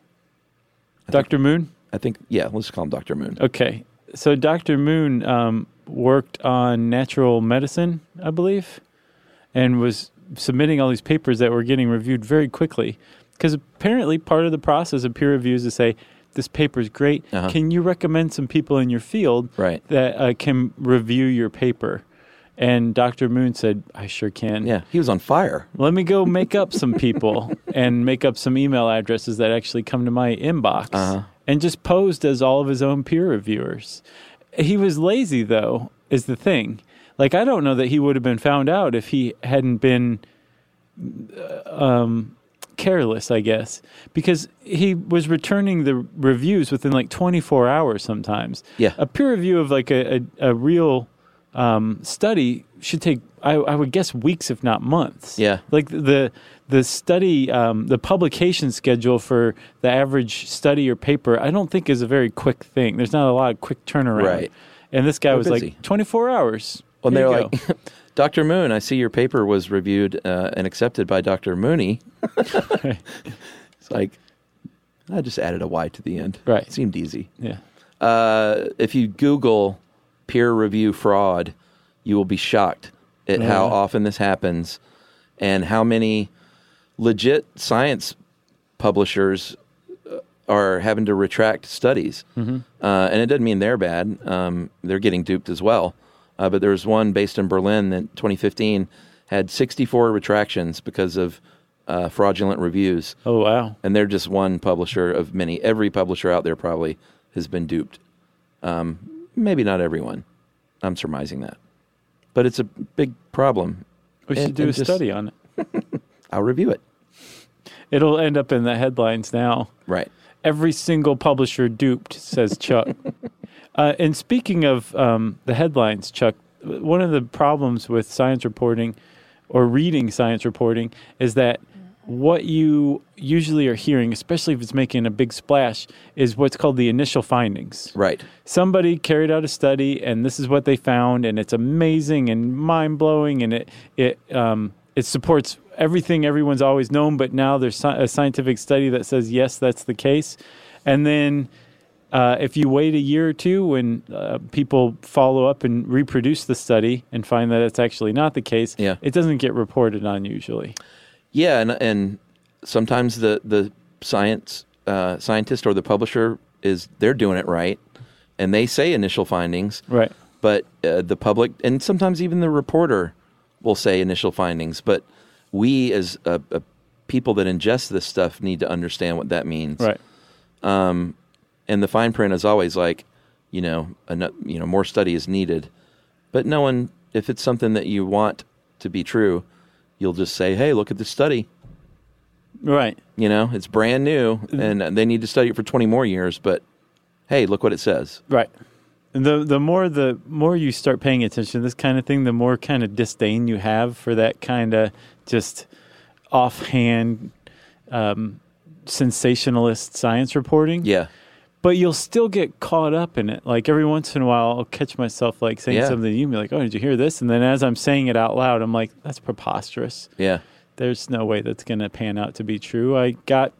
Speaker 1: Dr. Moon?
Speaker 3: I think, yeah, let's just call him Dr. Moon.
Speaker 1: Okay. So Dr. Moon um, worked on natural medicine, I believe, and was submitting all these papers that were getting reviewed very quickly. Because apparently, part of the process of peer review is to say, this paper's great.
Speaker 3: Uh-huh.
Speaker 1: Can you recommend some people in your field
Speaker 3: Right.
Speaker 1: that uh, can review your paper? And Dr. Moon said, I sure can.
Speaker 3: Yeah, he was on fire.
Speaker 1: Let me go make up some people and make up some email addresses that actually come to my inbox and just posed as all of his own peer reviewers. He was lazy, though, is the thing. Like, I don't know that he would have been found out if he hadn't been um, careless, I guess, because he was returning the reviews within like 24 hours sometimes.
Speaker 3: Yeah.
Speaker 1: A peer review of like a, a, a real um, study should take, I, I would guess, weeks if not months.
Speaker 3: Yeah.
Speaker 1: like the the study, um, the publication schedule for the average study or paper, I don't think is a very quick thing. There's not a lot of quick turnaround.
Speaker 3: Right.
Speaker 1: And this guy was
Speaker 3: busy.
Speaker 1: like 24 hours.
Speaker 3: Well,
Speaker 1: Here
Speaker 3: they're
Speaker 1: you
Speaker 3: like, Dr. Moon, I see your paper was reviewed uh, and accepted by Dr. Mooney. it's like, I just added a Y to the end.
Speaker 1: Right.
Speaker 3: It seemed easy.
Speaker 1: go. yeah.
Speaker 3: Uh, if you Google peer review fraud, you will be shocked at how
Speaker 1: Yeah.
Speaker 3: often this happens and how many legit science publishers uh, are having to retract studies. Uh, and it doesn't mean they're bad, um, they're getting duped as well. Uh, but there was one based in Berlin in 2015 had 64 retractions because of uh, fraudulent reviews
Speaker 1: Oh, wow.
Speaker 3: and they're just one publisher of many. Every publisher out there probably has been duped. Um, maybe not everyone. I'm surmising that, but it's a big problem.
Speaker 1: We should
Speaker 3: And-
Speaker 1: do
Speaker 3: and
Speaker 1: a
Speaker 3: just-
Speaker 1: study on it.
Speaker 3: I'll review it.
Speaker 1: It'll end up in the headlines now.
Speaker 3: Right.
Speaker 1: Every single publisher duped, says Chuck. uh, and speaking of um, the headlines, Chuck, one of the problems with science reporting or reading science reporting is that what you usually are hearing, especially if it's making a big splash, is what's called the initial findings.
Speaker 3: Right.
Speaker 1: Somebody carried out a study, and this is what they found, and it's amazing and mind blowing, and it it um, it supports everything everyone's always known. But now there's sci- a scientific study that says yes, that's the case, and then uh, if you wait a year or two when uh, people follow up and reproduce the study and find that it's actually not the case,
Speaker 3: Yeah.
Speaker 1: it doesn't get reported on usually.
Speaker 3: Yeah, and and sometimes the the science uh, scientist or the publisher is they're doing it right, and they say initial findings,
Speaker 1: Right.
Speaker 3: but uh, the public and sometimes even the reporter will say initial findings, but we as uh uh people that ingest this stuff need to understand what that means,
Speaker 1: Right.
Speaker 3: and the fine print is always like, you know, enough, you know, more study is needed. But no one, if it's something that you want to be true, you'll just say, "Hey, look at this study."
Speaker 1: Right.
Speaker 3: You know, it's brand new, and they need to study it for twenty more years. But hey, look what it says.
Speaker 1: Right. And the the more the more you start paying attention to this kind of thing, the more kind of disdain you have for that kind of just offhand um, sensationalist science reporting.
Speaker 3: Yeah,
Speaker 1: But you'll still get caught up in it. Like every once in a while, I'll catch myself like saying
Speaker 3: Yeah.
Speaker 1: something to you and be like, "Oh, did you hear this?" And then as I'm saying it out loud, I'm like, "That's preposterous.
Speaker 3: yeah,
Speaker 1: There's no way that's going to pan out to be true." I got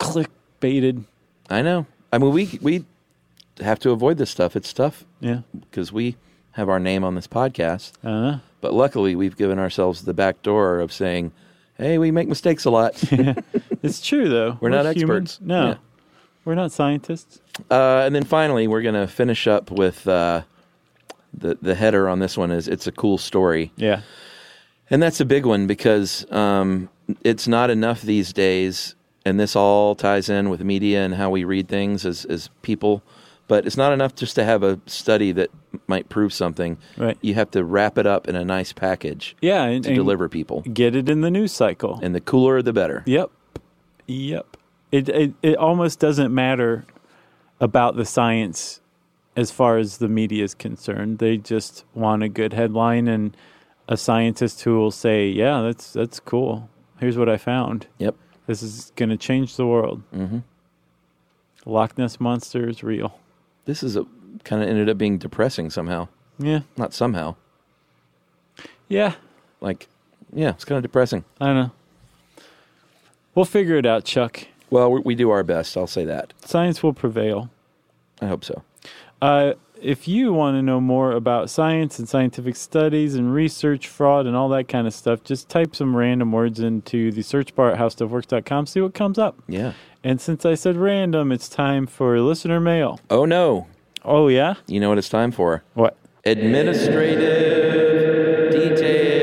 Speaker 1: clickbaited.
Speaker 3: I know. I mean, we we have to avoid this stuff. It's tough
Speaker 1: Yeah.
Speaker 3: because we have our name on this podcast,
Speaker 1: Uh,
Speaker 3: but luckily we've given ourselves the back door of saying, "Hey, we make mistakes a lot."
Speaker 1: It's true though.
Speaker 3: We're not
Speaker 1: human.
Speaker 3: experts.
Speaker 1: No.
Speaker 3: Yeah.
Speaker 1: We're not scientists.
Speaker 3: Uh, and then finally, we're going to finish up with uh, the the header on this one is it's a cool story,
Speaker 1: Yeah.
Speaker 3: and that's a big one because um, it's not enough these days, and this all ties in with media and how we read things as as people. But it's not enough just to have a study that might prove something.
Speaker 1: Right.
Speaker 3: You have to wrap it up in a nice package
Speaker 1: Yeah. And,
Speaker 3: to
Speaker 1: and
Speaker 3: deliver people,
Speaker 1: Get it in the news cycle.
Speaker 3: and the cooler the better.
Speaker 1: yep. Yep. It, it it almost doesn't matter about the science as far as the media is concerned. They just want a good headline and a scientist who will say, "Yeah, that's that's cool. Here's what I found.
Speaker 3: Yep.
Speaker 1: This is going to change the world." Mm-hmm. Loch Ness monster is real.
Speaker 3: This is a kind of ended up being depressing somehow.
Speaker 1: Yeah.
Speaker 3: Not somehow.
Speaker 1: Yeah.
Speaker 3: Like, yeah, it's kind of depressing.
Speaker 1: I don't know. We'll figure it out, Chuck.
Speaker 3: Well, we- we do our best. I'll say that.
Speaker 1: Science will prevail.
Speaker 3: I hope so.
Speaker 1: Uh, if you want to know more about science and scientific studies and research, fraud, and all that kind of stuff, just type some random words into the search bar at howstuffworks.com, see what comes up.
Speaker 3: Yeah.
Speaker 1: And since I said random, it's time for listener mail.
Speaker 3: Oh no.
Speaker 1: Oh, yeah?
Speaker 3: You know what it's time for?
Speaker 1: What?
Speaker 3: Administrative details.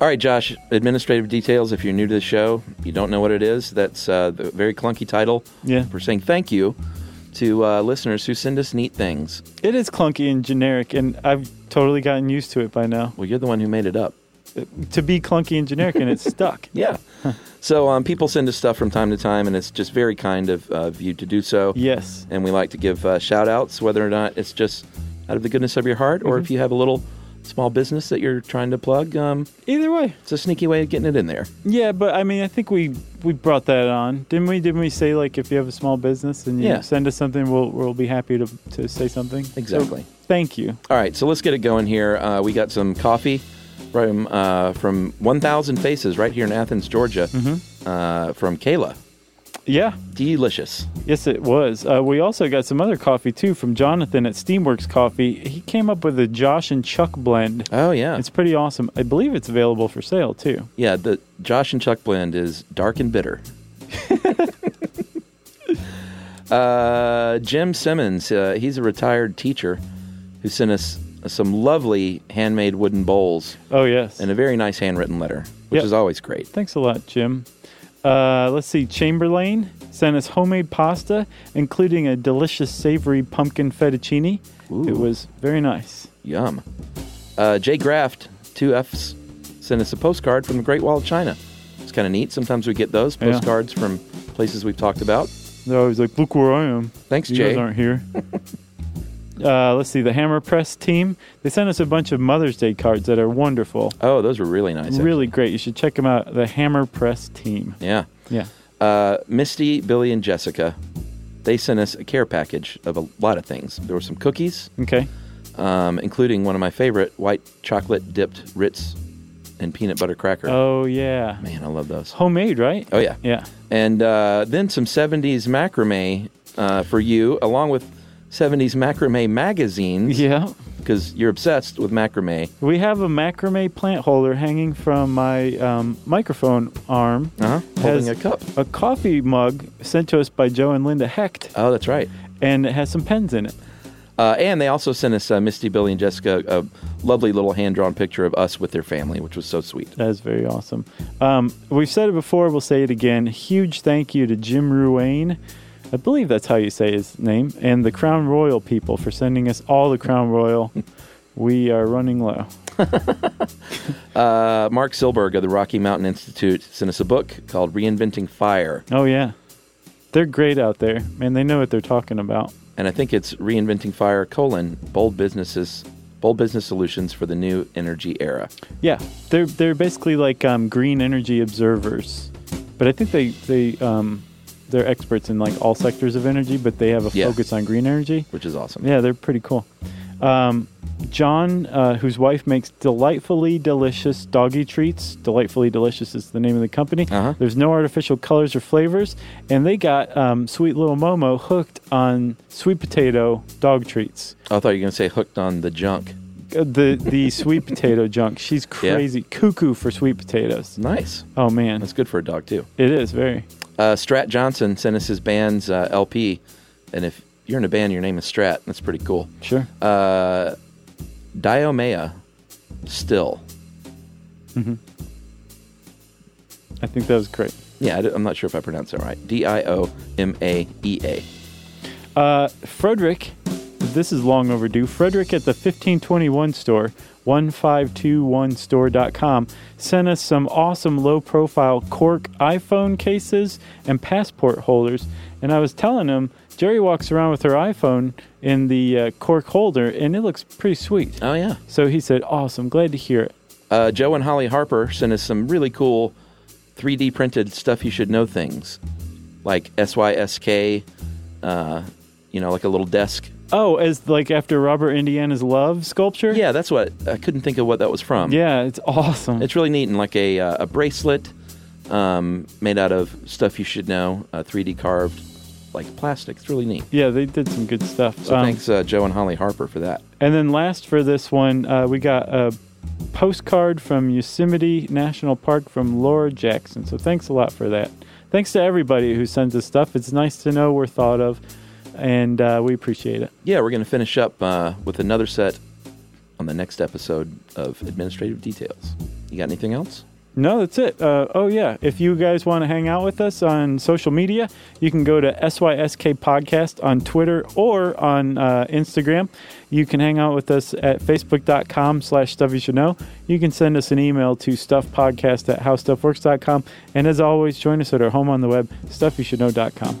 Speaker 3: All right, Josh. Administrative details. If you're new to the show, you don't know what it is. That's uh, the very clunky title.
Speaker 1: Yeah.
Speaker 3: We're saying thank you to uh, listeners who send us neat things.
Speaker 1: It is clunky and generic, and I've totally gotten used to it by now.
Speaker 3: Well, you're the one who made it up.
Speaker 1: To be clunky and generic, and it's stuck.
Speaker 3: Yeah. so um, people send us stuff from time to time, and it's just very kind of, uh, of you to do so.
Speaker 1: Yes.
Speaker 3: and we like to give uh, shout outs whether or not it's just out of the goodness of your heart or if you have a little small business that you're trying to plug um,
Speaker 1: Either way.
Speaker 3: it's a sneaky way of getting it in there
Speaker 1: Yeah, but I mean, I think we we brought that on, didn't we? Didn't we say like if you have a small business and you
Speaker 3: Yeah.
Speaker 1: send us something, we'll we'll be happy to to say something.
Speaker 3: Exactly.
Speaker 1: So, thank you.
Speaker 3: all right so let's get it going here uh, we got some coffee from uh, from 1000 faces right here in athens georgia uh, from kayla
Speaker 1: Yeah.
Speaker 3: delicious
Speaker 1: Yes, it was. Uh, we also got some other coffee too from Jonathan at Steamworks Coffee. He came up with a Josh and Chuck blend.
Speaker 3: oh yeah
Speaker 1: It's pretty awesome. I believe it's available for sale too.
Speaker 3: yeah the josh and chuck blend is dark and bitter Uh, Jim Simmons, uh, he's a retired teacher who sent us some lovely handmade wooden bowls
Speaker 1: Oh yes.
Speaker 3: and a very nice handwritten letter, which
Speaker 1: Yep.
Speaker 3: is always great.
Speaker 1: Thanks a lot, Jim. Uh, let's see. Chamberlain sent us homemade pasta, including a delicious savory pumpkin fettuccine. It was very nice.
Speaker 3: Yum. Uh, Jay Graft, two F's, sent us a postcard from the Great Wall of China. It's kind of neat. Sometimes we get those
Speaker 1: Yeah.
Speaker 3: postcards from places we've talked about.
Speaker 1: They're always like, "Look where I am."
Speaker 3: Thanks,
Speaker 1: you
Speaker 3: Jay.
Speaker 1: guys aren't here. uh, let's see, the Hammer Press team. They sent us a bunch of Mother's Day cards that are wonderful.
Speaker 3: Oh, those were really nice. actually.
Speaker 1: Really great. You should check them out. The Hammer Press team.
Speaker 3: Yeah.
Speaker 1: Yeah.
Speaker 3: Uh, Misty, Billy, and Jessica, they sent us a care package of a lot of things. There were some cookies,
Speaker 1: Okay.
Speaker 3: um, including one of my favorite white chocolate dipped Ritz and peanut butter cracker.
Speaker 1: Oh, yeah.
Speaker 3: Man, I love those.
Speaker 1: Homemade, right?
Speaker 3: Oh, yeah.
Speaker 1: Yeah.
Speaker 3: And uh, then some 70s macrame uh, for you, along with 70s macrame magazines,
Speaker 1: Yeah.
Speaker 3: because you're obsessed with macrame.
Speaker 1: We have a macrame plant holder hanging from my um, microphone arm.
Speaker 3: Uh-huh.
Speaker 1: It
Speaker 3: Holding
Speaker 1: has
Speaker 3: a cup.
Speaker 1: A coffee mug sent to us by Joe and Linda Hecht,
Speaker 3: Oh, that's right.
Speaker 1: and it has some pens in it.
Speaker 3: Uh, and they also sent us uh, Misty, Billy, and Jessica a lovely little hand drawn picture of us with their family, which was so sweet.
Speaker 1: That is very awesome. Um, we've said it before, we'll say it again. Huge thank you to Jim Ruane. I believe that's how you say his name, and the Crown Royal people for sending us all the Crown Royal. we are running low.
Speaker 3: Uh, Mark Silberg of the Rocky Mountain Institute sent us a book called Reinventing Fire.
Speaker 1: Oh, yeah. They're great out there, man. They know what they're talking about.
Speaker 3: And I think it's Reinventing Fire, colon, bold businesses, bold business solutions for the new energy era.
Speaker 1: Yeah, they're they're basically like um, green energy observers, but I think they they um, they're experts in like all sectors of energy, but they have a
Speaker 3: Yeah.
Speaker 1: focus on green energy.
Speaker 3: which is awesome.
Speaker 1: Yeah, they're pretty cool. Um, John, uh, whose wife makes delightfully delicious doggy treats. Delightfully delicious is the name of the company.
Speaker 3: Uh-huh.
Speaker 1: There's no artificial colors or flavors, and they got um, sweet little Momo hooked on sweet potato dog treats.
Speaker 3: Oh, I thought you were going to say hooked on the junk.
Speaker 1: Uh, The the sweet potato junk. She's
Speaker 3: Yeah.
Speaker 1: crazy cuckoo for sweet potatoes.
Speaker 3: Nice.
Speaker 1: Oh man,
Speaker 3: That's good for a dog, too.
Speaker 1: it is very.
Speaker 3: Uh, Strat Johnson sent us his band's uh, LP. And if you're in a band, your name is Strat. That's pretty cool.
Speaker 1: Sure.
Speaker 3: Uh, Diomea, still.
Speaker 1: I think that was great.
Speaker 3: Yeah, I d- I'm not sure if I pronounced that right. D I O M A E A.
Speaker 1: Uh, Frederick, this is long overdue. Frederick at the 1521 store, 1521store.com, sent us some awesome low profile cork iPhone cases and passport holders. And I was telling him, Jerry walks around with her iPhone in the uh, cork holder, and it looks pretty sweet.
Speaker 3: Oh, yeah.
Speaker 1: So he said, Awesome, glad to hear it.
Speaker 3: Uh, Joe and Holly Harper sent us some really cool 3D printed stuff you should know things, like SYSK, uh, you know, like a little desk
Speaker 1: Oh, as like after Robert Indiana's love sculpture?
Speaker 3: Yeah, that's what I couldn't think of what that was from.
Speaker 1: Yeah, it's awesome.
Speaker 3: it's really neat and like a uh, a bracelet um, made out of stuff you should know, uh, 3D carved like plastic. It's really neat.
Speaker 1: yeah, they did some good stuff.
Speaker 3: So
Speaker 1: Um,
Speaker 3: thanks uh, Joe and Holly Harper for that.
Speaker 1: And then last for this one, uh, we got a postcard from Yosemite National Park from Laura Jackson. So thanks a lot for that. Thanks to everybody who sends us stuff. It's nice to know we're thought of, and uh, we appreciate it.
Speaker 3: Yeah, we're gonna finish up uh, with another set on the next episode of Administrative Details. You got anything else?
Speaker 1: No, that's it. Uh, oh, yeah. If you guys want to hang out with us on social media, you can go to SYSK Podcast on Twitter or on uh, Instagram. You can hang out with us at facebook.com slash stuff you should know. You can send us an email to stuffpodcast at howstuffworks.com. And as always, join us at our home on the web, stuffyoushouldknow.com.